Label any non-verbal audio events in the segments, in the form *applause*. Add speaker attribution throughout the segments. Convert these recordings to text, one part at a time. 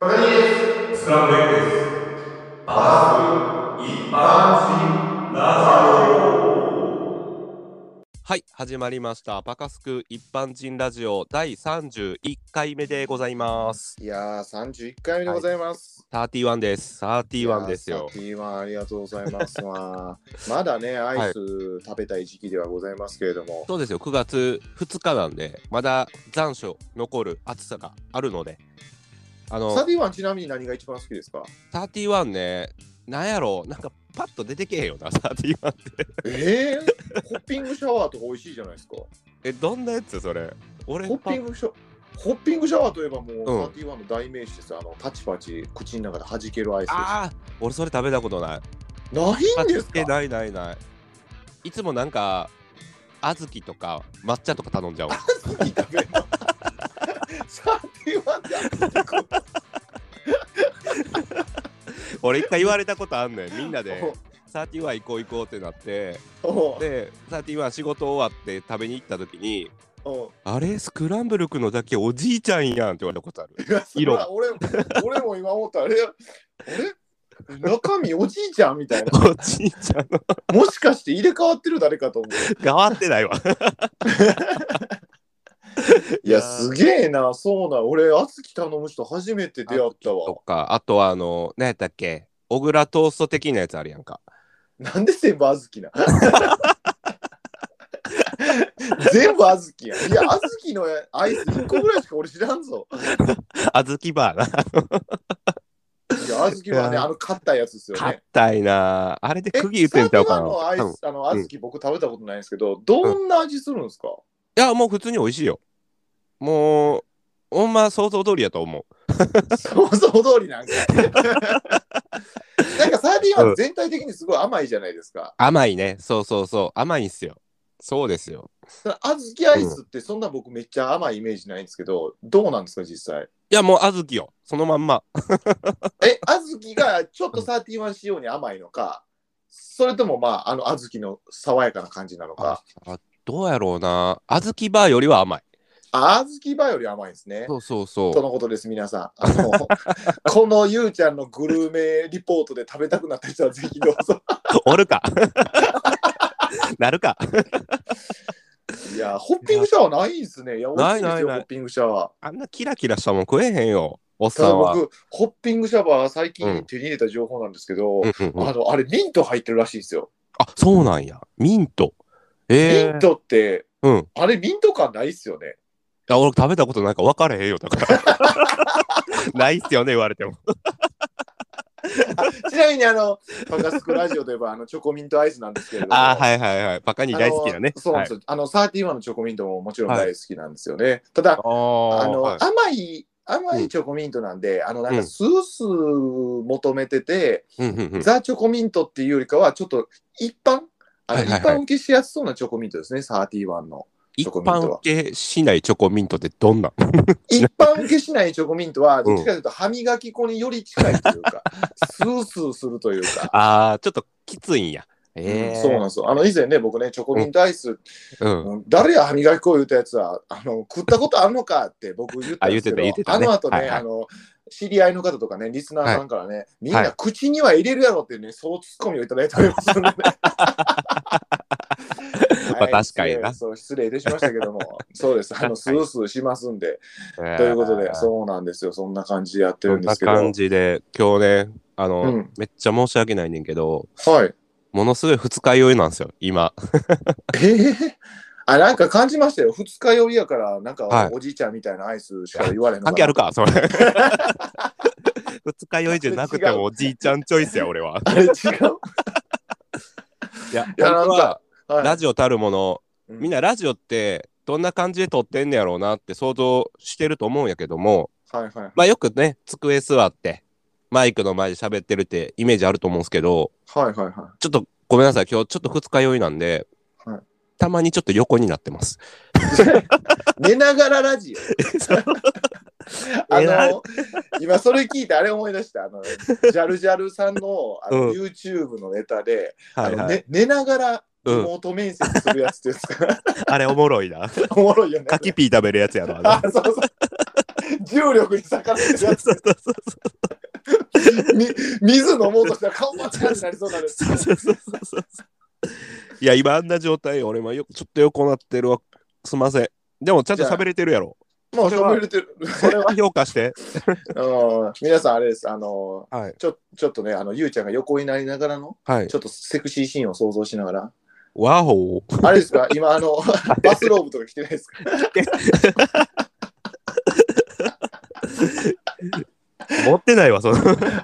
Speaker 1: バカニです
Speaker 2: スクランブルエッグです。
Speaker 1: バ
Speaker 2: ス一
Speaker 1: 般
Speaker 2: 人ラジオ。
Speaker 3: はい、始まりました。バカスク一般人ラジオ第31回目でございます。
Speaker 1: いやー、三十一回目でございます。
Speaker 3: 31です。31ですよ。
Speaker 1: T1 ありがとうございます *laughs* わ。まだね、アイス食べたい時期ではございますけれども、
Speaker 3: そうですよ、9月2日なんで、まだ残暑残る暑さがあるので、あ
Speaker 1: サ
Speaker 3: の、
Speaker 1: ディはちなみに何が一番好きですか？
Speaker 3: 31ね、なんやろう、なんかパッと出てけへんよな、31って。
Speaker 1: ええー、ホッピングシャワーとか美味しいじゃな
Speaker 3: *laughs*
Speaker 1: いですか。
Speaker 3: え、どんなやつそれ俺
Speaker 1: ホッピングシャホッピングシャワーといえばもう、
Speaker 3: うん
Speaker 1: サティワンの代名詞です。あのパチパチ口の中で弾けるアイスです。
Speaker 3: ああ、俺それ食べたことない。
Speaker 1: ないんです
Speaker 3: え、
Speaker 1: か？
Speaker 3: ないないない。いつもなんか、小豆とか抹茶とか頼んじゃう。
Speaker 1: 好き食べる
Speaker 3: *laughs*
Speaker 1: のサティワンであったこと
Speaker 3: 俺一回言われたことあん
Speaker 1: *laughs*
Speaker 3: ねんみんなで31行こう行こうってなって
Speaker 1: おう
Speaker 3: で31仕事終わって食べに行った時に
Speaker 1: おう
Speaker 3: 「あれスクランブル君のだけおじいちゃんやん」って言われたことあ
Speaker 1: *laughs*
Speaker 3: る
Speaker 1: いやそれは俺も俺も今思ったあれあれ中身おじいちゃんみたいな
Speaker 3: おじいちゃんの
Speaker 1: もしかして入れ替わってる誰かと思う
Speaker 3: 変わってないわ *laughs*
Speaker 1: いやすげえなそうな俺敦貴頼む人初めて出会った
Speaker 3: と
Speaker 1: わ
Speaker 3: かあとはあの何やったっけ小倉トースト的なやつあるやんか
Speaker 1: なんで全部あずきな全部あずきやいやあずきのアイス1個ぐらいしか俺知らんぞ
Speaker 3: あずきバー
Speaker 1: *laughs*
Speaker 3: ない
Speaker 1: やあずきはいね
Speaker 3: や
Speaker 1: あの買ったやつですよね
Speaker 3: 硬いなあれで
Speaker 1: え
Speaker 3: 釘打ってんちゃうか
Speaker 1: サ
Speaker 3: な
Speaker 1: ー
Speaker 3: 多
Speaker 1: バーのア
Speaker 3: 分
Speaker 1: イ
Speaker 3: い
Speaker 1: スあのあずき僕食べたことないんですけどどんな味するんですか、
Speaker 3: やもう普通に美味しいよもうほんま想像通りやと思う
Speaker 1: 想像通
Speaker 3: *laughs*
Speaker 1: りなんか。なんかサーディンは全体的にすごい甘いじゃないですか。
Speaker 3: 甘いねそうそうそう甘いんすよそうですよ
Speaker 1: 小豆アイスってそんな僕めっちゃ甘いイメージないんですけど、どうなんですか実際。
Speaker 3: いやもう小豆よそのまんま
Speaker 1: え、小豆がちょっとサーティワン仕様に甘いのか、それともまあ、あの小豆の爽やかな感じなのか。
Speaker 3: どうやろうな小豆バーよりは甘い
Speaker 1: あ小豆バーより甘いんですね。
Speaker 3: そうそうそう
Speaker 1: とのことです、皆さん。あの *laughs* このゆうちゃんのグルメリポートで食べたくなった人はぜひどう
Speaker 3: *laughs*
Speaker 1: ぞ。
Speaker 3: おるかなるか
Speaker 1: いや、ホッピングシャワーないんですね。いや、美味し
Speaker 3: ない
Speaker 1: いですよ、
Speaker 3: ないない
Speaker 1: ホッピングシャワー。
Speaker 3: あんなキラキラしたもん食えへんよおったさ
Speaker 1: だ
Speaker 3: んは、
Speaker 1: 僕、ホッピングシャワー最
Speaker 3: う
Speaker 1: 近
Speaker 3: ん
Speaker 1: 手に入れた情報なんですけ
Speaker 3: う
Speaker 1: ど、
Speaker 3: んうんうん
Speaker 1: あのあれ、ミント入ってるらしいんですよ。
Speaker 3: あそうなんやミントえー、
Speaker 1: ミントって、
Speaker 3: うん
Speaker 1: あれ、ミント感ないっすよね。
Speaker 3: あ俺食べたことないから分からへんよだから *laughs* ないっすよね言われても
Speaker 1: ちなみに、あの、パカスクラジオといえば、あの、チョコミントアイスなんですけれども。
Speaker 3: あー
Speaker 1: い。
Speaker 3: はいはいはいバカに大好きだね
Speaker 1: そうなん
Speaker 3: は
Speaker 1: で
Speaker 3: い
Speaker 1: すよ。あの、サーティワンのチョコミントももちろん大好きなんですよね。ただ、
Speaker 3: あ
Speaker 1: あ
Speaker 3: ー
Speaker 1: の、
Speaker 3: はい
Speaker 1: 甘い、甘いチョコミントなんで、あの、なん
Speaker 3: う
Speaker 1: か、
Speaker 3: ん
Speaker 1: スースー求めてて、
Speaker 3: うんうんうん
Speaker 1: ザ・チョコミントっていうよりかは、ちょっと一般、あの
Speaker 3: はいはい
Speaker 1: 一
Speaker 3: はい
Speaker 1: 般受けしやすそうなチョコミントですね、31の。チ
Speaker 3: 一
Speaker 1: ョコミント
Speaker 3: 般
Speaker 1: は
Speaker 3: 受けしないチョコミントってどんなん
Speaker 1: 一般受けしないチョコミントは、
Speaker 3: ん
Speaker 1: どっちかというと歯磨き粉により近いという
Speaker 3: *laughs*
Speaker 1: か、スースーするというか。
Speaker 3: ああ、ちょっときついんや。ええ
Speaker 1: そうなんですよあの以前ね、僕ね、チョコミントアイス、
Speaker 3: うん。
Speaker 1: うん誰や歯磨き粉言うたやつはあの、食ったことあるのかって僕言ったんですけど、
Speaker 3: あ言ってた言ってたね
Speaker 1: あの後ね、
Speaker 3: はいはい
Speaker 1: あの、知り合いの方とかね、リスナーさんからね、みんな口には入れるやろってね、そうツッコミをいただいておりますので、ね。
Speaker 3: *laughs* まあ確かにな
Speaker 1: はいそう失礼いたしましたけども、そうです、あの、スースーしますんで、
Speaker 3: と
Speaker 1: ということで、
Speaker 3: そ
Speaker 1: そうなんですよ、そんな感じでやってるん
Speaker 3: ん
Speaker 1: で
Speaker 3: な
Speaker 1: すけど。
Speaker 3: 感じで、今日ね、あの、
Speaker 1: うん
Speaker 3: めっちゃ申し訳ないねんけど、
Speaker 1: はい。
Speaker 3: ものすごい二日酔いなんですよ、今。
Speaker 1: えー *laughs* あ、なんか感じましたよ。二日酔いやから、なんか
Speaker 3: はい
Speaker 1: おじいちゃんみたいなアイスしか言われへんの
Speaker 3: 関係ある
Speaker 1: か
Speaker 3: か、そ
Speaker 1: *laughs*
Speaker 3: れ。 *laughs* 二日酔いじゃなくてもおじいちゃんチョイスや、俺は。
Speaker 1: な。あれ違う
Speaker 3: いや、
Speaker 1: や
Speaker 3: 本当は
Speaker 1: はい
Speaker 3: ラジオたるもの、
Speaker 1: うん
Speaker 3: みんなラジオって、どんな感じで撮ってんねやろうなって想像してると思うんやけども、
Speaker 1: はいはい。
Speaker 3: まあよくね、机座って、マイクの前で喋ってるってイメージあると思うんですけど、
Speaker 1: はいはいは
Speaker 3: ちょっとごめんなさい、今日ちょっと二日酔いなんで、
Speaker 1: はい
Speaker 3: たまにちょっと横になって
Speaker 1: *laughs*
Speaker 3: ます。
Speaker 1: い。寝ながらラジオ。
Speaker 3: *laughs*
Speaker 1: あ
Speaker 3: 寝な
Speaker 1: の、今それ聞いてあれ思い出した。あの、ジャルジャルさんのあ
Speaker 3: う
Speaker 1: の
Speaker 3: ん
Speaker 1: YouTube のネタで、あ
Speaker 3: はいは
Speaker 1: の
Speaker 3: い、
Speaker 1: ね寝ながらリ
Speaker 3: うん
Speaker 1: モート面接するやつですから、 *laughs*
Speaker 3: あれおもろいな。
Speaker 1: おもろいよね。
Speaker 3: カキピー食べるやつやろ。あ
Speaker 1: あ
Speaker 3: れ、
Speaker 1: そうそう。重力に逆らってる
Speaker 3: そ
Speaker 1: や
Speaker 3: う
Speaker 1: つ
Speaker 3: そうそうそう
Speaker 1: み水飲もうとしたら顔真っ赤になりそうになる
Speaker 3: そうそうそうそう *laughs* いや、今あんな状態よ、俺もよちょっと横なってるわ。すんません。でもちゃんと喋れてるやろ。
Speaker 1: もう
Speaker 3: それは
Speaker 1: 喋れてる。
Speaker 3: それは評価して。
Speaker 1: うん皆さんあれです。あの
Speaker 3: はい。
Speaker 1: ちょちょっとね、あのゆうちゃんが横になりながらの、
Speaker 3: はい。
Speaker 1: ちょっとセクシーシーンを想像しながら。
Speaker 3: ワホー。
Speaker 1: あれですか、今、あ *laughs* のバスローブとか着てないですか。
Speaker 3: 持ってないわ、その。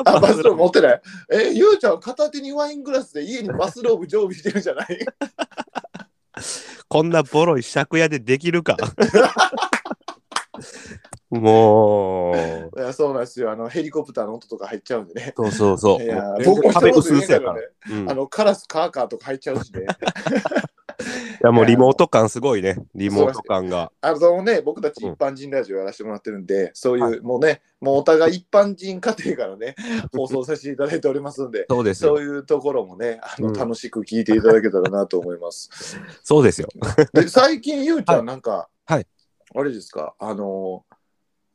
Speaker 1: あ、 *laughs* バスローブ持ってない。え、ゆうちゃん、片手にワイングラスで家にバスローブ常備してるじゃない
Speaker 3: こんなボロい借家でできる
Speaker 1: *laughs*
Speaker 3: か。もう。
Speaker 1: *laughs* いやそうなんですよ。あのヘリコプターの音とか入っちゃうんでね。
Speaker 3: そうそうそう。
Speaker 1: いや
Speaker 3: もう、
Speaker 1: 僕もして
Speaker 3: 壁
Speaker 1: ます
Speaker 3: 薄
Speaker 1: よ
Speaker 3: 々や
Speaker 1: ね
Speaker 3: か。ら。
Speaker 1: あ
Speaker 3: うんい
Speaker 1: のカラスカーカーとか入っちゃうし
Speaker 3: *laughs*
Speaker 1: ね。
Speaker 3: や、もうリモート感すごいね。リモート感が。
Speaker 1: あのそのね、僕たち
Speaker 3: うん
Speaker 1: 一般人ラジオやらせてもらってるんで、そういう、
Speaker 3: は
Speaker 1: もうね、もうお互い一般人家庭か
Speaker 3: *laughs*
Speaker 1: らね、放送させていただいておりますんで、
Speaker 3: そうです
Speaker 1: そ
Speaker 3: よ。
Speaker 1: ういうところもね、あの
Speaker 3: うん
Speaker 1: 楽しく聞いていただけたらなと思
Speaker 3: *laughs*
Speaker 1: います。
Speaker 3: そうですよ。
Speaker 1: で、最近、ゆうちゃん、なんか、
Speaker 3: はい
Speaker 1: あれですか、あのー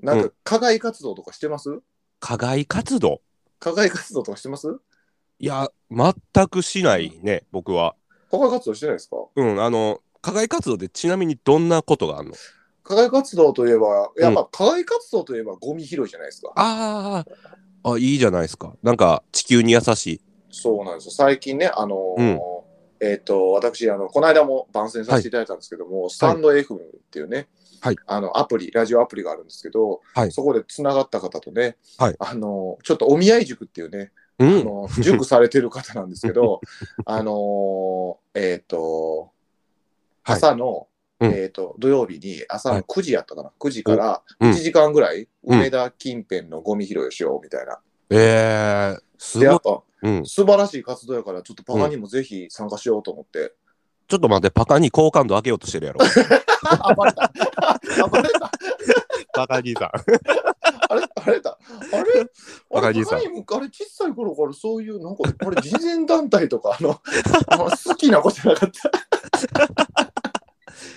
Speaker 1: なんか、課外活動とかしてます、
Speaker 3: 課外活動。
Speaker 1: 課外活動とかしてます
Speaker 3: いや、全くしないね、僕は。
Speaker 1: 課外活動してないですか
Speaker 3: うん、あの、課外活動でちなみにどんなことがあるの
Speaker 1: 課外活動といえば、やっぱ課外活動といえばゴミ拾いじゃないですか。
Speaker 3: あーあ、いいじゃないですか。なんか、地球に優しい。
Speaker 1: そうなんですよ。最近ね、あのーえっ、と、私、あの、この間も番宣させていただいたんですけども、スタンド FM っていうね、
Speaker 3: はい
Speaker 1: あの、アプリ、ラジオアプリがあるんですけど、
Speaker 3: はい
Speaker 1: そこでつながった方とね、
Speaker 3: はい
Speaker 1: あのーちょっとお見合い塾っていうね、
Speaker 3: う
Speaker 1: あ
Speaker 3: ん。
Speaker 1: のー塾されてる方なんです
Speaker 3: *laughs*
Speaker 1: けど、あのーえっ、と、
Speaker 3: はい
Speaker 1: 朝の、
Speaker 3: うん
Speaker 1: えっと土曜日に朝
Speaker 3: は
Speaker 1: の
Speaker 3: い
Speaker 1: 9時やったかな、9時から
Speaker 3: うん
Speaker 1: 1時間ぐらい、
Speaker 3: うん
Speaker 1: 梅田近辺のゴミ拾いをしようみたいな。
Speaker 3: えー、す
Speaker 1: で、
Speaker 3: ご
Speaker 1: や
Speaker 3: い
Speaker 1: っ。ぱ
Speaker 3: うん。ち
Speaker 1: 素晴らしい活動やから、ちょっとパカにもぜひ参加しようと思って。
Speaker 3: ょっと待って、パカに好感度上げようとして
Speaker 1: *laughs*
Speaker 3: るやろ。
Speaker 1: あ、バレた。あ、バレた。
Speaker 3: パカ兄さん。
Speaker 1: あれ、バレた。あれ、
Speaker 3: バカ
Speaker 1: あれ、
Speaker 3: 兄さん
Speaker 1: パカにもあれ、小さい頃からそういう、なんか、あれ、慈善団体とか、あの、あの好きな子じゃなかった。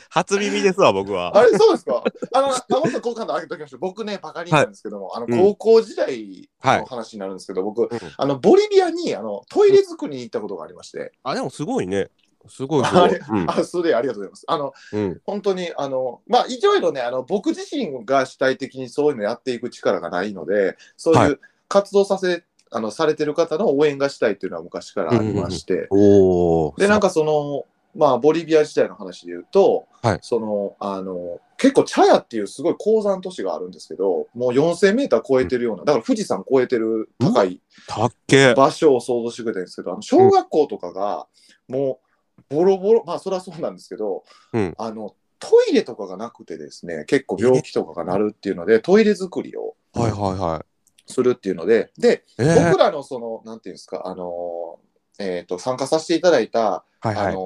Speaker 3: 初耳ですわ、僕は。
Speaker 1: あれ、そうですか。あの、あもっと好感度上げときましょう。僕ね、パカになんですけども、あ
Speaker 3: う
Speaker 1: の、
Speaker 3: ん
Speaker 1: 高校時代
Speaker 3: はい
Speaker 1: の話になるんですけど、僕、
Speaker 3: うん
Speaker 1: あの、ボリビアに、あの、トイレ作りに行ったことがありまして、
Speaker 3: あ、でもすごいね。すごい、すご
Speaker 1: あ
Speaker 3: い
Speaker 1: れ。 *laughs* あ、それありがとうございます。あの、
Speaker 3: うん。うん。
Speaker 1: 本当にあのまあいろいろねあの僕自身が主体的にそういうのやっていく力がないのでそう
Speaker 3: はいいう
Speaker 1: 活動させ、あのされてる方の応援がしたいっていうのは昔からありまして、
Speaker 3: おー。
Speaker 1: でなん
Speaker 3: か、
Speaker 1: かそのまあボリビア時代の話で言うと、
Speaker 3: はい
Speaker 1: そのあの結構チャヤっていうすごい鉱山都市があるんですけどもう 4,000m 超えてるようなだから富士山超えてる高い
Speaker 3: たっけ。 *laughs*
Speaker 1: 場所を想像してくれたんですけど、あの小学校とかがもうボロボロ、まあそりゃそうなんですけど、
Speaker 3: うん
Speaker 1: あのトイレとかがなくてですね、結構病気とかがなるっていうので、トイレ作りを
Speaker 3: はいはいは
Speaker 1: するっていうので、で、
Speaker 3: い。えー、
Speaker 1: 僕らのその、なんていうんですか、あのー、えーと、参加させていただいた、
Speaker 3: はいは
Speaker 1: あ
Speaker 3: い
Speaker 1: の。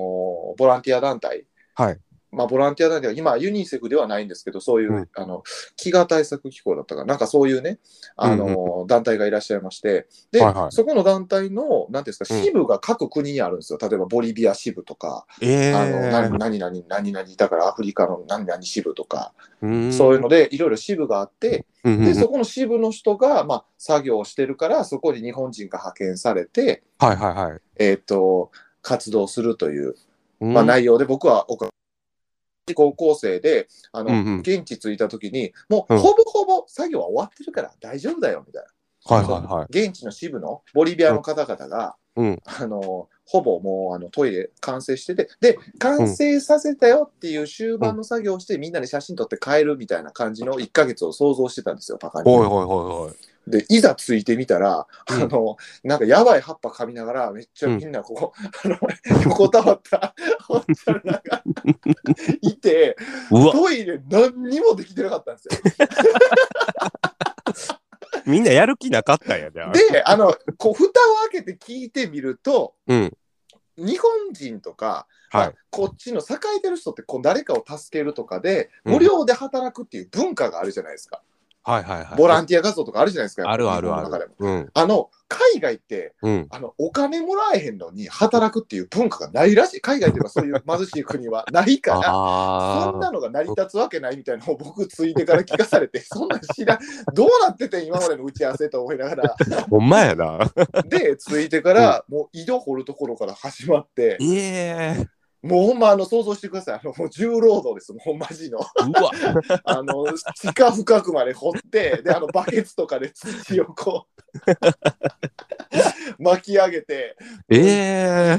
Speaker 1: ーボランティア団体、
Speaker 3: はい
Speaker 1: まあ、ボランティア団体は今、ユニセフではないんですけど、そういう、
Speaker 3: うん
Speaker 1: あの飢餓対策機構だったかな、なんかそういうね、あの
Speaker 3: う
Speaker 1: 団体がいらっしゃいまして、で、
Speaker 3: はいはい
Speaker 1: そこの団体の、なんていうんですか、
Speaker 3: うん
Speaker 1: 支部が各国にあるんですよ、例えばボリビア支部とか、
Speaker 3: え
Speaker 1: あの何
Speaker 3: ー。
Speaker 1: 何々、何々だからアフリカの何々支部とか、
Speaker 3: うん
Speaker 1: そういうので、いろいろ支部があって、
Speaker 3: うんうんう
Speaker 1: で
Speaker 3: ん
Speaker 1: そこの支部の人が、まあ、作業をしてるから、そこに日本人が派遣されて、
Speaker 3: はいはいはい。
Speaker 1: えっ、と、活動するという。
Speaker 3: うん
Speaker 1: まあ、内容で僕は僕は高校生であの、
Speaker 3: うんうん
Speaker 1: 現地着いた時にも
Speaker 3: う
Speaker 1: うんほぼほぼ作業は終わってるから大丈夫だよみたいな、
Speaker 3: はいはいはい。
Speaker 1: 現地の支部のボリビアの方々が、
Speaker 3: うん。
Speaker 1: あのほぼもうあのトイレ完成しててで完成させたよっていう終盤の作業をして、みんなで写真撮って帰るみたいな感じの1ヶ月を想像してたんですよパ
Speaker 3: お
Speaker 1: カ
Speaker 3: いおい
Speaker 1: に。
Speaker 3: おいおい。
Speaker 1: でいざ着いてみたら、
Speaker 3: うん
Speaker 1: あのなんかやばい葉っぱ噛みながらめっちゃみんなここ、あの横たわったおっちゃんらがいて。
Speaker 3: うわ、
Speaker 1: トイレ何にもできてなかったんですよ。
Speaker 3: みんなやる気なかったんやで。あれ
Speaker 1: で、あの、こう、蓋を開けて聞いてみると、
Speaker 3: うん。
Speaker 1: 日本人とか、ま
Speaker 3: は
Speaker 1: あ
Speaker 3: い。
Speaker 1: こっちの栄えてる人ってこう誰かを助けるとかで、
Speaker 3: うん
Speaker 1: 無料で働くっていう文化があるじゃないですか。
Speaker 3: はいはいはい。
Speaker 1: ボランティア活動とかあるじゃないですか。
Speaker 3: あるあるある
Speaker 1: 日本の中でも
Speaker 3: うん。
Speaker 1: あの、海外って、
Speaker 3: うん。
Speaker 1: あの、お金もらえへんのに働くっていう文化がないらしい。海外というかそういう貧しい国はないから。そん
Speaker 3: あ
Speaker 1: なのが成り立つわけないみたいなのを僕ついてから聞かされて、そんなん知らん、どうなっててん今までの打ち合わせと思いながら、
Speaker 3: あ、ほんまやな。
Speaker 1: で、ついてから、もう井戸掘るところから始まって、
Speaker 3: ええ
Speaker 1: もうほんまあの想像してください、あのもう重労働です、もうマジの。
Speaker 3: うわ。
Speaker 1: あの地下深くまで掘って、で、あのバケツとかで土をこう巻き上げて、
Speaker 3: え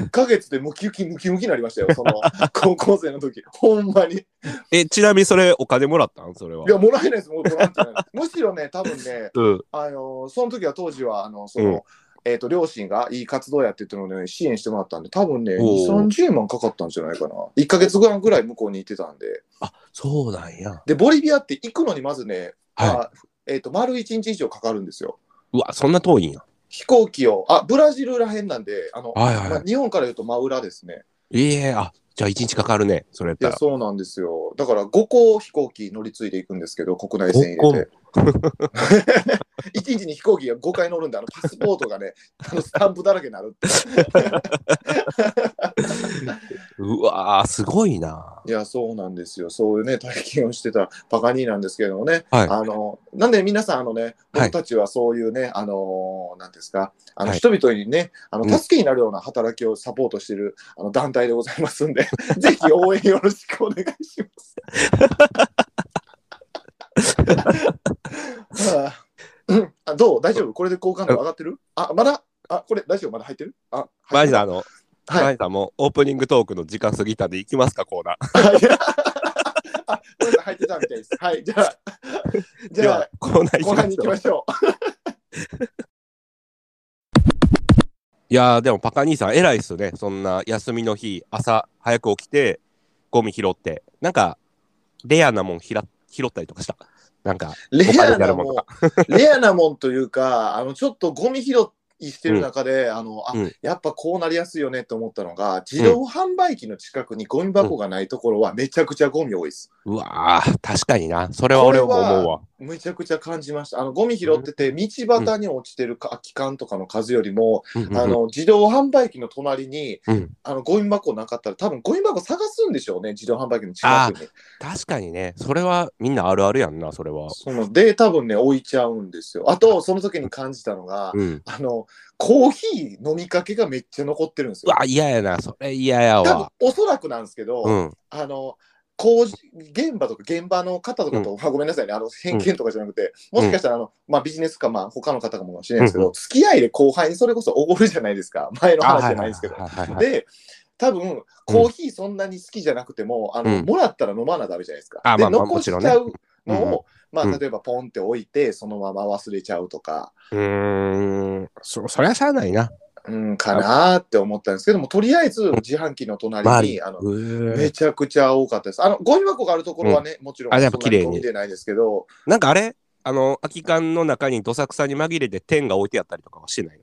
Speaker 3: え
Speaker 1: 1ヶ月でムキムキムキムキになりましたよ、
Speaker 3: *laughs*
Speaker 1: その高校生の時ほんまに。
Speaker 3: え、ちなみにそれお金もらったんそれは。
Speaker 1: いや、もらえないです、もうボランティアなんでむしろね、多分ね、
Speaker 3: うん。
Speaker 1: あのその時は当時はあのその、
Speaker 3: うん
Speaker 1: えー、と両親がいい活動やってっていうので支援してもらったんで多分ね
Speaker 3: お
Speaker 1: 2
Speaker 3: ー
Speaker 1: 三3 0万かかったんじゃないかな1か月間ぐらい向こうに行ってたんで
Speaker 3: あ、そうなんや。
Speaker 1: でボリビアって行くのにまずね、ま
Speaker 3: は
Speaker 1: あえー、と丸1日以上かかるんですよ
Speaker 3: い。うわ、そんな遠いんや。
Speaker 1: 飛行機をあブラジルらへんなんであの、
Speaker 3: はいはい
Speaker 1: ま
Speaker 3: は
Speaker 1: あ、日本から言うと真裏ですね
Speaker 3: い。ええあ、じゃあ一日かかるね。それやっ
Speaker 1: い
Speaker 3: た
Speaker 1: や
Speaker 3: ら。
Speaker 1: そうなんですよだから5個飛行機乗り継いでいくんですけど国内線入れて *laughs* 一日に飛行機が5回乗るんであのパスポートがねあのスタンプだらけになるって
Speaker 3: うわー、すごいな。
Speaker 1: いや、そうなんですよ。そういうね、体験をしてたバカ兄なんですけれどもね。
Speaker 3: はい
Speaker 1: あの、なんで皆さん、あのね、
Speaker 3: はい
Speaker 1: 僕たちはそういうね、あのー、なんですか、あの、
Speaker 3: はい
Speaker 1: 人々にね、あ
Speaker 3: うん
Speaker 1: の、助けになるような働きをサポートしている、あの、団体でございま
Speaker 3: *laughs*
Speaker 1: すんで、ぜひ応援よろしくお願いし
Speaker 3: *laughs*
Speaker 1: ます。ああうんあどう大丈夫これで好感度上がってるあ、まだあ、これ、ラジオまだ入ってるあ、
Speaker 3: マ
Speaker 1: 入っ
Speaker 3: ジ
Speaker 1: て
Speaker 3: であ
Speaker 1: る
Speaker 3: の、
Speaker 1: はい
Speaker 3: マジさんもうオープニングトークの時間過ぎたんで行きますか、コーナー。
Speaker 1: あ、ごめんなさい入ってたみたいです。はい、じゃあ、じ
Speaker 3: で
Speaker 1: ゃ
Speaker 3: は
Speaker 1: あ、、
Speaker 3: コーナー行
Speaker 1: 後
Speaker 3: きま
Speaker 1: 半
Speaker 3: し
Speaker 1: に行
Speaker 3: ょ
Speaker 1: き
Speaker 3: う
Speaker 1: ま。しょ
Speaker 3: いやーでもパカ兄さん偉いっすねそんな休みの日朝早く起きてゴミ拾ってなんかレアなもんひら拾ったりとかしたなんか
Speaker 1: う。レアな
Speaker 3: お金になるもん
Speaker 1: もん
Speaker 3: と、
Speaker 1: レアなもんというか、あの、ちょっとゴミ拾いしてる中で、あの、あ、
Speaker 3: うん
Speaker 1: やっぱこうなりやすいよねと思ったのが、自動販売機の近くにゴミ箱がないところはめちゃくちゃゴミ多いです。
Speaker 3: うわー確かになそれは俺も思うわ
Speaker 1: めちゃくちゃ感じました。あの、ゴミ拾ってて、道端に落ちてる空き缶とかの数よりも、
Speaker 3: うんうんうん
Speaker 1: あの、自動販売機の隣に、
Speaker 3: うん
Speaker 1: あの、ゴミ箱なかったら、多分ゴミ箱探すんでしょうね、自動販売機の近くに。
Speaker 3: 確かにねそれはみんなあるあるやんなそれは
Speaker 1: そので多分ね置いちゃうんですよ。あとその時に感じたのが、
Speaker 3: うん
Speaker 1: あのコーヒー飲みかけがめっちゃ残ってるんです
Speaker 3: う
Speaker 1: よ
Speaker 3: わ。ー嫌やなそれ嫌や
Speaker 1: 多分
Speaker 3: わ
Speaker 1: おそらくなんですけど、
Speaker 3: うん
Speaker 1: あの工事現場とか現場の方とかと、あごめんなさいねあの偏見とかじゃなくて、もしかしたらあの、まあ、ビジネスか、まあ、他の方かもしれないですけど、
Speaker 3: うん
Speaker 1: 付き合いで後輩にそれこそおごるじゃないですか前の
Speaker 3: あ
Speaker 1: 話
Speaker 3: はい
Speaker 1: じゃな
Speaker 3: はいい
Speaker 1: ですけど。
Speaker 3: はいはいはい
Speaker 1: で多分コーヒーそんなに好きじゃなくても、あの
Speaker 3: うん
Speaker 1: もらったら飲まなダメじゃないですか。
Speaker 3: あ
Speaker 1: で
Speaker 3: まあまあ
Speaker 1: 残
Speaker 3: も
Speaker 1: しち
Speaker 3: ち
Speaker 1: ゃ
Speaker 3: ろ
Speaker 1: うん
Speaker 3: ね
Speaker 1: のを、まあ、
Speaker 3: うん
Speaker 1: 例えばポンって置いてそのまま忘れちゃうとか、
Speaker 3: うーんそそりゃしゃあないな
Speaker 1: うん、かなーって思ったんですけどもとりあえず自販機の隣
Speaker 3: 周
Speaker 1: に、
Speaker 3: り
Speaker 1: あの
Speaker 3: うー
Speaker 1: めちゃくちゃ多かったです。あのゴミ箱があるところはね、もちろん
Speaker 3: あ
Speaker 1: そ
Speaker 3: や
Speaker 1: ん
Speaker 3: っ
Speaker 1: な
Speaker 3: ぱ
Speaker 1: に
Speaker 3: 綺麗に
Speaker 1: ゴミ出ないですけど
Speaker 3: なんかあれあの空き缶の中にどさくさに紛れて天が置いてあったりとかはして
Speaker 1: *laughs*
Speaker 3: ないの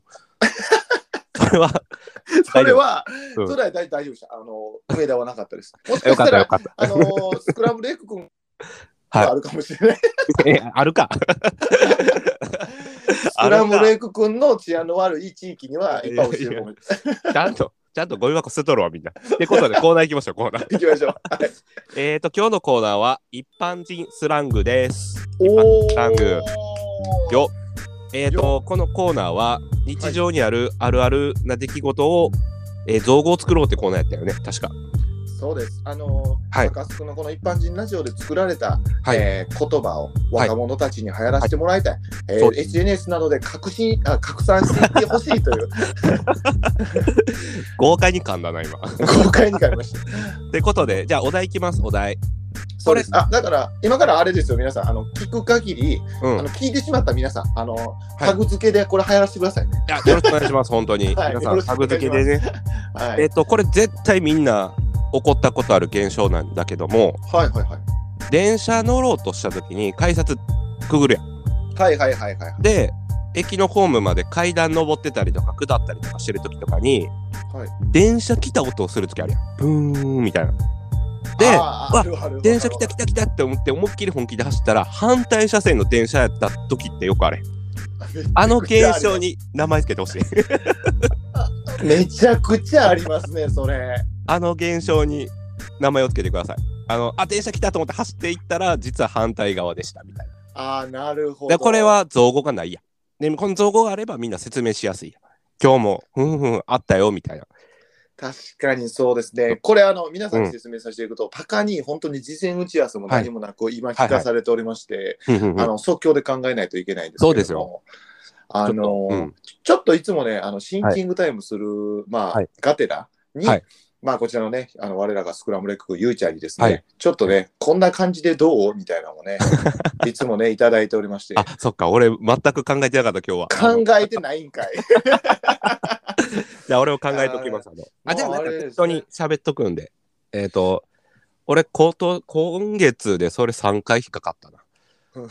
Speaker 3: それは
Speaker 1: それは、
Speaker 3: うん
Speaker 1: それは大大丈夫でした。あの上田はなかったです。もし
Speaker 3: *laughs*
Speaker 1: か
Speaker 3: よ
Speaker 1: し
Speaker 3: かったたよ
Speaker 1: ら
Speaker 3: かった。
Speaker 1: あのースクラムレック君があるかもしれない。
Speaker 3: えあるか。
Speaker 1: スクラムレイク君の治安の悪い地域には、いっぱい落ちてるかもし
Speaker 3: ちゃんと、ちゃんとゴミ箱捨てとるわ、
Speaker 1: *laughs*
Speaker 3: みんな。ってことで、コーナー行きましょう、コーナー。
Speaker 1: れない。行きま
Speaker 3: *laughs*
Speaker 1: しょう。はい
Speaker 3: えーと、今日のコーナーは、一般人スラングです。
Speaker 1: おー。
Speaker 3: タングよえーと
Speaker 1: よ、
Speaker 3: このコーナーは、日常にあるあるあるな出来事を、えー造語を作ろうってコーナーやったよね、確か。
Speaker 1: そうです。あのー、
Speaker 3: はい
Speaker 1: サカスクのこの一般人ラジオで作られた、
Speaker 3: はい
Speaker 1: えー言葉を若者たちに流行らせてもらいたい。えー
Speaker 3: そうで
Speaker 1: SNS などで拡信あ拡散していってほしいという
Speaker 3: *laughs* 豪快に噛んだな、今。
Speaker 1: 公開に変えました。
Speaker 3: ってことで、じゃあ、お題いきます、お題。
Speaker 1: そうです。あ、だから、今からあれですよ、皆さん。あの、聞く限り、
Speaker 3: う
Speaker 1: あ
Speaker 3: ん
Speaker 1: の。聞いてしまった皆さん、あの、タグ付けでこれ流行らせてくださいね。
Speaker 3: いやよろしくお願いします、本当に。
Speaker 1: は
Speaker 3: 皆
Speaker 1: いよ
Speaker 3: さ
Speaker 1: ろ
Speaker 3: ん、
Speaker 1: しく
Speaker 3: タ
Speaker 1: お願
Speaker 3: グ
Speaker 1: いしま
Speaker 3: 付けで
Speaker 1: す
Speaker 3: ね。
Speaker 1: はい。
Speaker 3: えっと、これ絶対みんな起こったことある現象なんだけども、
Speaker 1: はいはいはい。
Speaker 3: 電車乗ろうとした時に改札くぐるやん。
Speaker 1: はいはいはいはい。
Speaker 3: で、駅のホームまで階段登ってたりとか下ったりとかしてる時とかに、
Speaker 1: はい
Speaker 3: 電車来た音をする時あるやん。ブーンみたいな。で、
Speaker 1: あー
Speaker 3: わ
Speaker 1: あるある
Speaker 3: 電車来た来た来たって思って思いっきり本気で走ったら反対車線の電車やった時ってよくあれ。あの現象に名前つけてほしい。
Speaker 1: めちゃくちゃありま
Speaker 3: *laughs*
Speaker 1: すねそれ
Speaker 3: あの現象に名前をつけてください。あの、あ、電車来たと思って走っていったら、実は反対側でしたみたいな。
Speaker 1: ああなるほ
Speaker 3: で
Speaker 1: ど
Speaker 3: これは造語がないや。でもこの造語があればみんな説明しやすいや。今日も、ふんふん、あったよみたいな。
Speaker 1: 確かにそうですねこれあの皆さんに説明させていくと、パカに本当に事前打ち合わせも何もなく、今聞かされておりまして、
Speaker 3: ふんふんふ
Speaker 1: あ
Speaker 3: ん
Speaker 1: の即興で考えないといけないんです
Speaker 3: そ
Speaker 1: けれども
Speaker 3: うですよ
Speaker 1: あ
Speaker 3: ち
Speaker 1: の
Speaker 3: ょっとうん
Speaker 1: ちょっといつもねあのシンキングタイムする、まあ、
Speaker 3: はい
Speaker 1: ガテラに、
Speaker 3: はい
Speaker 1: まあこちらのねあの我らがスクラムレックゆうちゃんにですね、
Speaker 3: はい
Speaker 1: ちょっとねこんな感じでどうみたいなのもね
Speaker 3: *laughs*
Speaker 1: いつもねいただいておりまして
Speaker 3: あ、そっか、俺、全く考えてなかった、今日は。あ
Speaker 1: 考
Speaker 3: の
Speaker 1: えてない *laughs* んかい
Speaker 3: じゃあ、俺を考えておきます。あのあ、でも、なんか適当に喋っとくんで。えっ、と、俺、今と今月でそれ3回引っかかったな。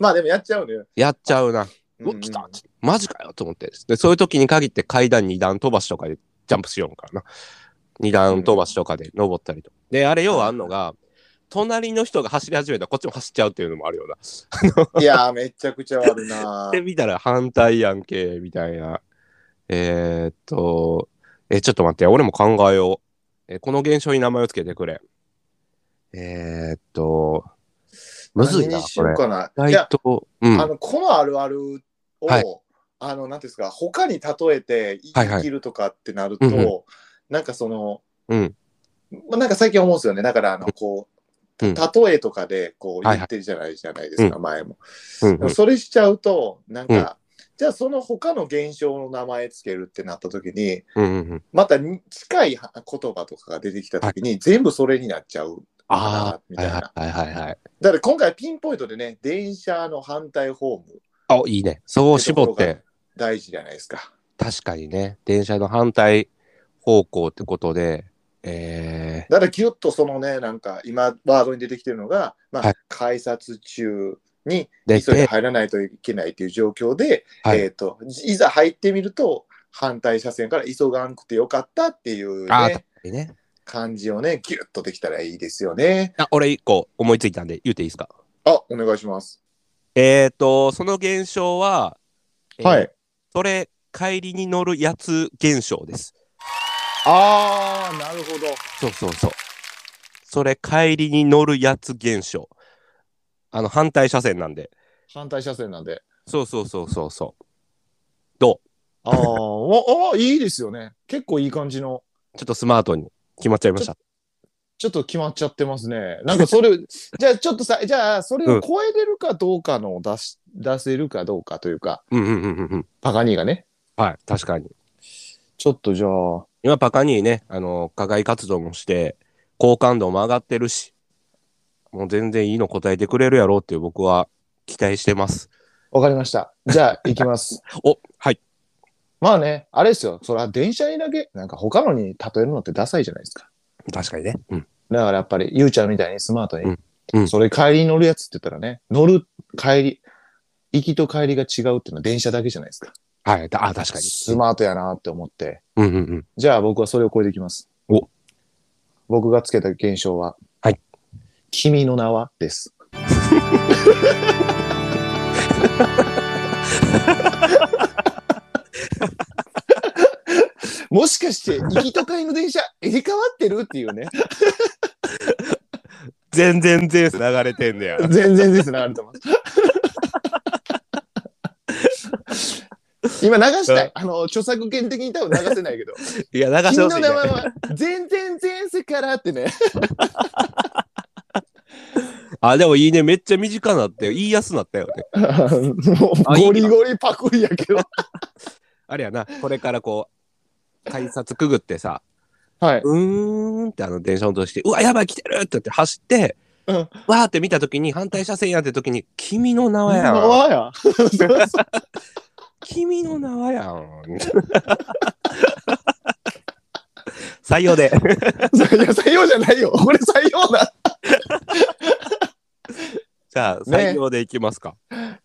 Speaker 1: まあでもやっちゃうのよ、
Speaker 3: やっちゃうな。
Speaker 1: う
Speaker 3: うんわ、来たマジかよと思って。で、そういう時に限って階段二段飛ばしとかでジャンプしようからな。二段飛ばしとかで登ったりと。で、あれようあんのが、隣の人が走り始めたらこっちも走っちゃうっていうのもあるよな。
Speaker 1: いやーめちゃくちゃ悪いな
Speaker 3: *laughs* で、見たら反対やんけ、みたいな。えー、っと、え、ちょっと待って、俺も考えよう。え、この現象に名前をつけてくれ。えー、っと、むずいな、
Speaker 1: 何にし
Speaker 3: こ
Speaker 1: よう
Speaker 3: れ。
Speaker 1: かな
Speaker 3: 意外
Speaker 1: いや
Speaker 3: と、うん。
Speaker 1: あのこのあるあるを、
Speaker 3: はい
Speaker 1: あのなんていうんですか他に例えて
Speaker 3: はいはい
Speaker 1: 生きるとかってなると、
Speaker 3: うんうん
Speaker 1: なんかその、
Speaker 3: うん
Speaker 1: まあ、なんか最近思うんですよねだからあのこう、
Speaker 3: うん
Speaker 1: 例えとかでこう
Speaker 3: はいは
Speaker 1: 言
Speaker 3: い
Speaker 1: ってるじゃないじゃないですか、前も、
Speaker 3: うん
Speaker 1: で
Speaker 3: う
Speaker 1: も
Speaker 3: ん
Speaker 1: それしちゃうとなんか、
Speaker 3: うん
Speaker 1: じゃあその他の現象の名前つけるってなった時に
Speaker 3: うんうんうん。
Speaker 1: またに近い言葉とかが出てきた時に、全部それになっちゃう
Speaker 3: あ
Speaker 1: み
Speaker 3: あ、は
Speaker 1: た
Speaker 3: いい
Speaker 1: な、
Speaker 3: はいはいはいはい。
Speaker 1: だから今回ピンポイントでね電車の反対ホーム
Speaker 3: あ、いいね。そう絞っ
Speaker 1: って
Speaker 3: て、
Speaker 1: 大事じゃないですか。
Speaker 3: 確かにね、電車の反対方向ってことで、え
Speaker 1: だからギュッとそのね、なんか今ワードに出てきてるのが、まあ、
Speaker 3: はい
Speaker 1: 改札中に
Speaker 3: ー、
Speaker 1: 急いで
Speaker 3: で、
Speaker 1: 入らないといけないという状況で、
Speaker 3: はい
Speaker 1: えっ、と、いざ入ってみると、反対車線から急がんくてよかったっていう、
Speaker 3: あー確
Speaker 1: ね、
Speaker 3: かにね。
Speaker 1: 感じをね、ギュッとできたらいいですよね。
Speaker 3: あ、俺一個思いついたんで言っていいですか。
Speaker 1: あ、お願いします。
Speaker 3: えっ、と、その現象は、えー
Speaker 1: はい。
Speaker 3: それ、帰りに乗るやつ現象です。
Speaker 1: ああ、なるほど。
Speaker 3: そうそうそう。それ、帰りに乗るやつ現象。あの、反対車線なんで。
Speaker 1: 反対車線なんで。
Speaker 3: そうそうそうそうそう。
Speaker 4: あーおあー、いいですよね。結構いい感じの、
Speaker 3: ちょっとスマートに決まっちゃいました。
Speaker 4: ちょっと決まっちゃってますね。なんかそれ、 *laughs* じゃあちょっとさ、じゃあそれを超えれるかどうかのを出し、出せるかどうかというか、
Speaker 3: うんうんうんうんうん。
Speaker 4: パガニーがね。
Speaker 3: はい、確かに。
Speaker 4: ちょっとじゃあ、
Speaker 3: 今パカにね、あの、課外活動もして、好感度も上がってるし、もう全然いいの答えてくれるやろうっていう僕は期待してます。
Speaker 4: わかりました。じゃあ行きます。 *laughs*
Speaker 3: お、はい。
Speaker 4: まあね、あれですよ。それは電車にだけ、なんか他のに例えるのってダサいじゃないですか。
Speaker 3: 確かにね。うん。
Speaker 4: だからやっぱり、ゆうちゃんみたいにスマートに、
Speaker 3: うんうん
Speaker 4: それ帰りに乗るやつって言ったらね、乗る、帰り、行きと帰りが違うっていうのは電車だけじゃないですか。
Speaker 3: はい。だあ、確かに。
Speaker 4: スマートやなって思って。
Speaker 3: うんうんうん。
Speaker 4: じゃあ僕はそれを超えていきます。
Speaker 3: お
Speaker 4: 僕がつけた現象は、
Speaker 3: はい。
Speaker 4: 君の名はです。もしかして、行きと帰りの電車、入れ替わってるっていうね。
Speaker 3: 全然全然流れてんだよ。
Speaker 4: 全然です、流れてます。今流したい。あの、著作権的に多分流せないけど。
Speaker 3: *laughs* い *laughs* や、流して
Speaker 4: 君
Speaker 3: ほ
Speaker 4: の名
Speaker 3: しい、ね。
Speaker 4: 前は全然前世からってね。
Speaker 3: あ、でもいいね。めっちゃ短なったよ。言いやすなったよね。
Speaker 1: *laughs*
Speaker 4: もう
Speaker 3: あいいな
Speaker 4: ゴリゴリパクリやけど。
Speaker 3: あれやな、これからこう、改札くぐってさ、
Speaker 4: はい。
Speaker 3: うーんってあの電車の音して、うわ、やばい、来てるって言って走って、
Speaker 4: うん
Speaker 3: わーって見たときに、反対車線やってときに、君の名はやん。
Speaker 4: わ
Speaker 1: *laughs*
Speaker 4: や。
Speaker 3: 君の名はやん。 *laughs* 採用で。
Speaker 4: いや採用じゃないよ。これ採用だ。
Speaker 3: じゃあ、採用でいきますか。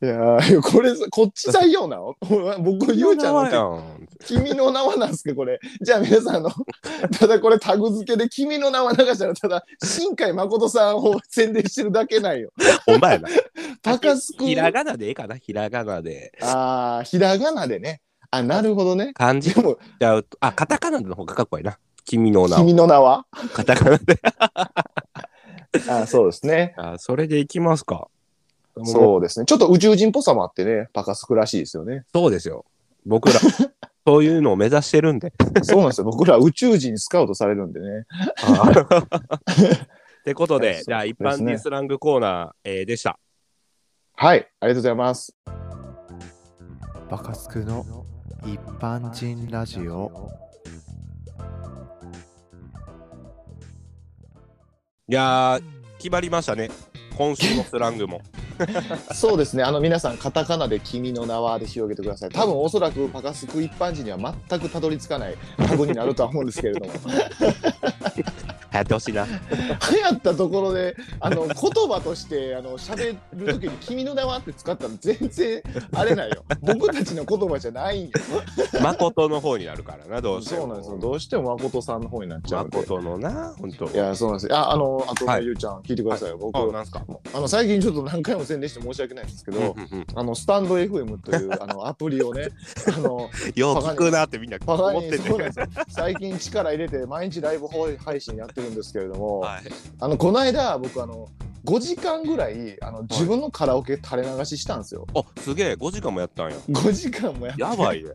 Speaker 1: いやーこれ、こっち採用なの僕、ゆうちゃんの
Speaker 3: やん。
Speaker 1: 君の名はなんですか、これ。じゃあ皆さん、あの、 *laughs* ただこれタグ付けで君の名は流したら、ただ、新海誠さんを宣伝してるだけなんよ。
Speaker 3: ほんまやな。
Speaker 1: 高須く
Speaker 3: ひら
Speaker 1: ん。
Speaker 3: がなでええかな、ひらがなで。
Speaker 1: ああ、ひらがなでね。あ、なるほどね。
Speaker 3: 漢字
Speaker 1: でも、
Speaker 3: ちゃうと、あ、カタカナの方がかっこいいな。君の名を
Speaker 1: 君の名は
Speaker 3: カタカナで。
Speaker 1: あそうですね。
Speaker 3: あ、それでいきますか。う。
Speaker 1: そうですね。ちょっと宇宙人っぽさもあってね、パカスクらしいですよね。
Speaker 3: そうですよ。僕 *laughs* ら、そういうのを目指してるんで。
Speaker 1: そうなんですよ。僕ら宇宙人スカウトされるんでね。
Speaker 3: *laughs* ってこと
Speaker 1: いや
Speaker 3: で
Speaker 1: そ、う
Speaker 3: じゃあ一般ディスラングコーナー、えーでした。
Speaker 1: はい、ありがとうございます。
Speaker 5: バカスクの一般人ラジオ
Speaker 3: いやー、決まりましたね。今週のスラングも。
Speaker 1: そうですね。あの皆さん、カタカナで君の名はで広げてください。多分おそらくパカスク一般人には全くたどり着かないタグになるとは思うんですけれ *laughs* ども、
Speaker 3: やってほ
Speaker 1: *laughs*
Speaker 3: しいな。
Speaker 1: 流行ったところで、あの言葉としてあの喋るときに君の名はって使ったら全然あれないよ。僕たちの言葉じゃないんよ。
Speaker 3: 誠の方になるからな、どうして
Speaker 1: そ
Speaker 3: も。
Speaker 1: うなんですよ。どうしても誠さんの方になっちゃうんで。
Speaker 3: 誠のな、本当。
Speaker 1: いや、そうなんですよ。あ、あの、あと、
Speaker 3: はい
Speaker 1: ゆうちゃん、聞いてくださいよ。僕、
Speaker 3: あ、なんすか。
Speaker 1: あの、最近ちょっと何回も宣伝して申し訳ないんですけど、
Speaker 3: うんうんうん
Speaker 1: あの、スタンド FM という、
Speaker 3: *laughs*
Speaker 1: あの、アプリをね、あの、
Speaker 3: よう聞くなってみんな
Speaker 1: パカ
Speaker 3: 思っ
Speaker 1: に、
Speaker 3: てて。
Speaker 1: そうなんですよ。最近力入れて、毎日ライブ配信やってるんですけれども、
Speaker 3: はい
Speaker 1: あの、この間、僕、あの、5時間ぐらい、あの、自分のカラオケ垂れ流ししたんですよ。
Speaker 3: あ、すげえ、5時間もやったんや。
Speaker 1: 5時間もやって。
Speaker 3: やばいね。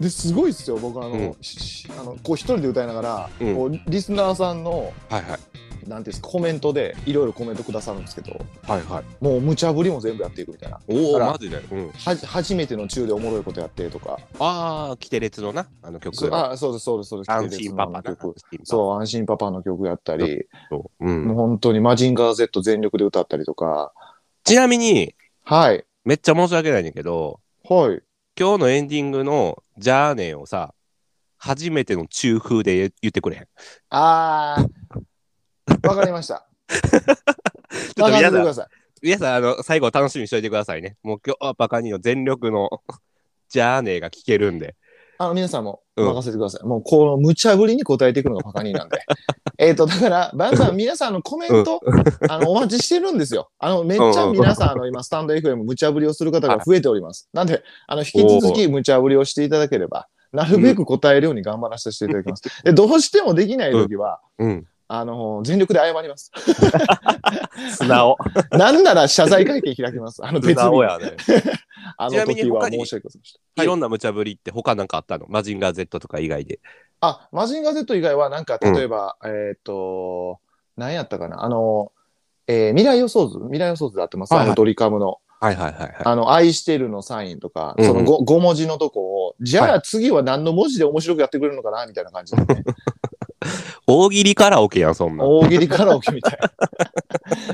Speaker 1: で、すごいですよ。僕、あの、
Speaker 3: うん
Speaker 1: ししあのこう、一人で歌いながら、
Speaker 3: うん
Speaker 1: こう、リスナーさんの、
Speaker 3: はいはい。
Speaker 1: なんていうんですか、コメントで、いろいろコメントくださるんですけど、
Speaker 3: はいはい。
Speaker 1: もう無茶ぶりも全部やっていくみたいな。
Speaker 3: お
Speaker 1: あ
Speaker 3: お、
Speaker 1: ら
Speaker 3: マジで。うん。
Speaker 1: はじ初めての中でおもろいことやってとか。
Speaker 3: ああ、キテレツのな、あの曲
Speaker 1: そう。あ、そうです、そうです、そうです。
Speaker 3: 安心パパ
Speaker 1: の
Speaker 3: な。
Speaker 1: 曲。
Speaker 3: う。
Speaker 1: そう、安心パパの曲やったり、
Speaker 3: そううん
Speaker 1: もう本当にマジンガー Z 全力で歌ったりとか。
Speaker 3: ちなみに、
Speaker 1: はい。
Speaker 3: めっちゃ申し訳ないんだけど、
Speaker 1: はい。
Speaker 3: 今日のエンディングの「ジャーネー」をさ初めての中風で言言ってくれへん。
Speaker 1: あー、わかりま
Speaker 3: *laughs*
Speaker 1: した。
Speaker 3: ちょっと皆さ
Speaker 1: 任せてく
Speaker 3: ん
Speaker 1: ださい。
Speaker 3: 皆さんあの最後楽しみにしといてくださいね。もう今日はバカニーの全力の *laughs* ジャーネーが聞けるんで。
Speaker 1: あの、皆さんも
Speaker 3: うん
Speaker 1: 任せてください。もう、この無茶ぶりに答えていくのがパカニーなん *laughs* で。えっと、だから、バンさん、皆さんのコメント、あの、お待ちしてるんですよ。あの、めっちゃ皆さん、あの、今、スタンド FM 無茶ぶりをする方が増えております。なんで、あの、引き続き無茶ぶりをしていただければ、なるべく答えるように頑張らせていただきます。で、どうしてもできない時は、
Speaker 3: うん。
Speaker 1: あの、全力で謝り *laughs* ます。
Speaker 3: 素直。
Speaker 1: なんなら謝罪会見開きます。あの、
Speaker 3: 素
Speaker 1: 別
Speaker 3: 直
Speaker 1: に、
Speaker 3: やね。
Speaker 1: あ
Speaker 3: ちな
Speaker 1: の
Speaker 3: みに
Speaker 1: 時は
Speaker 3: 他に
Speaker 1: 申し訳ございませんでした。
Speaker 3: いろんな無茶ぶりって他なんかあったのマジンガー Z とか以外で。
Speaker 1: あ、マジンガー Z 以外は、なんか、例えば、えっ、と、何やったかな、あの、えー未来予想図未来予想図で合ってます、
Speaker 3: はいはい
Speaker 1: あのドリカムの。
Speaker 3: はいはいはいは
Speaker 1: あの、愛してるのサインとか、
Speaker 3: うんうん
Speaker 1: その 5, 文字のとこを、じゃあ次は何の文字で面白くやってくれるのかなみたいな感
Speaker 3: *laughs*
Speaker 1: じで、ね、
Speaker 3: い。大喜利カラオケやん、そんなん。
Speaker 1: 大喜利カラオケみ
Speaker 3: *laughs*
Speaker 1: たいな。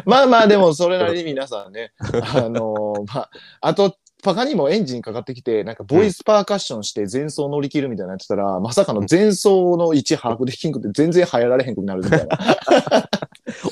Speaker 1: まあまあ、でも、それなりに皆さんね、あのーまあ、あと、パカにもエンジンかかってきて、なんかボイスパーカッションして前奏乗り切るみたいなのやってたら、まさかの前奏の位置把握できんくて全然入られへんくなるみたいな。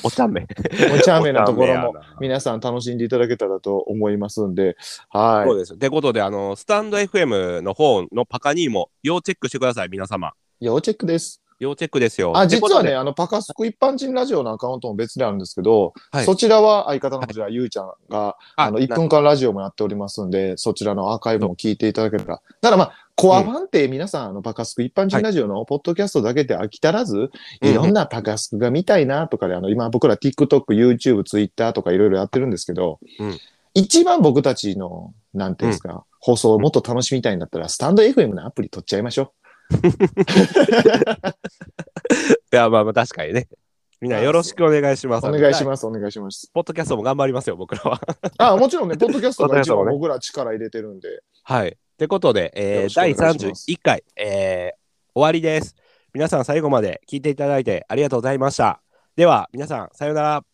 Speaker 3: おちゃめ。
Speaker 1: お茶目なところも
Speaker 3: お茶目やな
Speaker 1: 皆さん楽しんでいただけたらと思いますんで、
Speaker 3: そ
Speaker 1: は
Speaker 3: うです。ってことで、あの、スタンド FM の方のパカニーも要チェックしてください、皆様。
Speaker 1: い。要チェックです。
Speaker 3: 要チェックですよ。っ
Speaker 1: あ、
Speaker 3: てこ
Speaker 1: 実
Speaker 3: と
Speaker 1: は
Speaker 3: で
Speaker 1: ね、、あの、パカスク一般人ラジオのアカウントも別であるんですけど、
Speaker 3: はい
Speaker 1: そちらは相方のこちら、ゆうちゃんが、
Speaker 3: あ
Speaker 1: あの、1分間ラジオもやっておりますんで、そちらのアーカイブも聞いていただけたら。ただまあ、コアファンって皆さん、あの、パカスク一般人ラジオのポッドキャストだけで飽き足らず、
Speaker 3: うん
Speaker 1: いろんなパカスクが見たいなとかで、あの、今僕ら TikTok、YouTube、Twitter とかいろいろやってるんですけど、
Speaker 3: うん
Speaker 1: 一番僕たちの、なんていうんですか、放送をもっと楽しみたいんだったら、スタンド FM のアプリ取っちゃいましょ
Speaker 3: いや、まあまあ確かにね。みんなよろしくお願いします。
Speaker 1: う。お願いし
Speaker 3: す。
Speaker 1: ます、お願いします。
Speaker 3: ポッドキャストも頑張りますよ、僕らは。
Speaker 1: あ、もちろん
Speaker 3: *laughs*
Speaker 1: ね、ポッドキャストが
Speaker 3: ポッドキ
Speaker 1: 一番
Speaker 3: ャストもね
Speaker 1: 僕ら力入れてるんで、
Speaker 3: はい。ってことで、
Speaker 1: よ
Speaker 3: え
Speaker 1: ろ
Speaker 3: ー、
Speaker 1: しくお願
Speaker 3: 第
Speaker 1: いします
Speaker 3: 31回、えー、終わりです。皆さん最後まで聞いていただいてありがとうございました。では、皆さん、さようなら。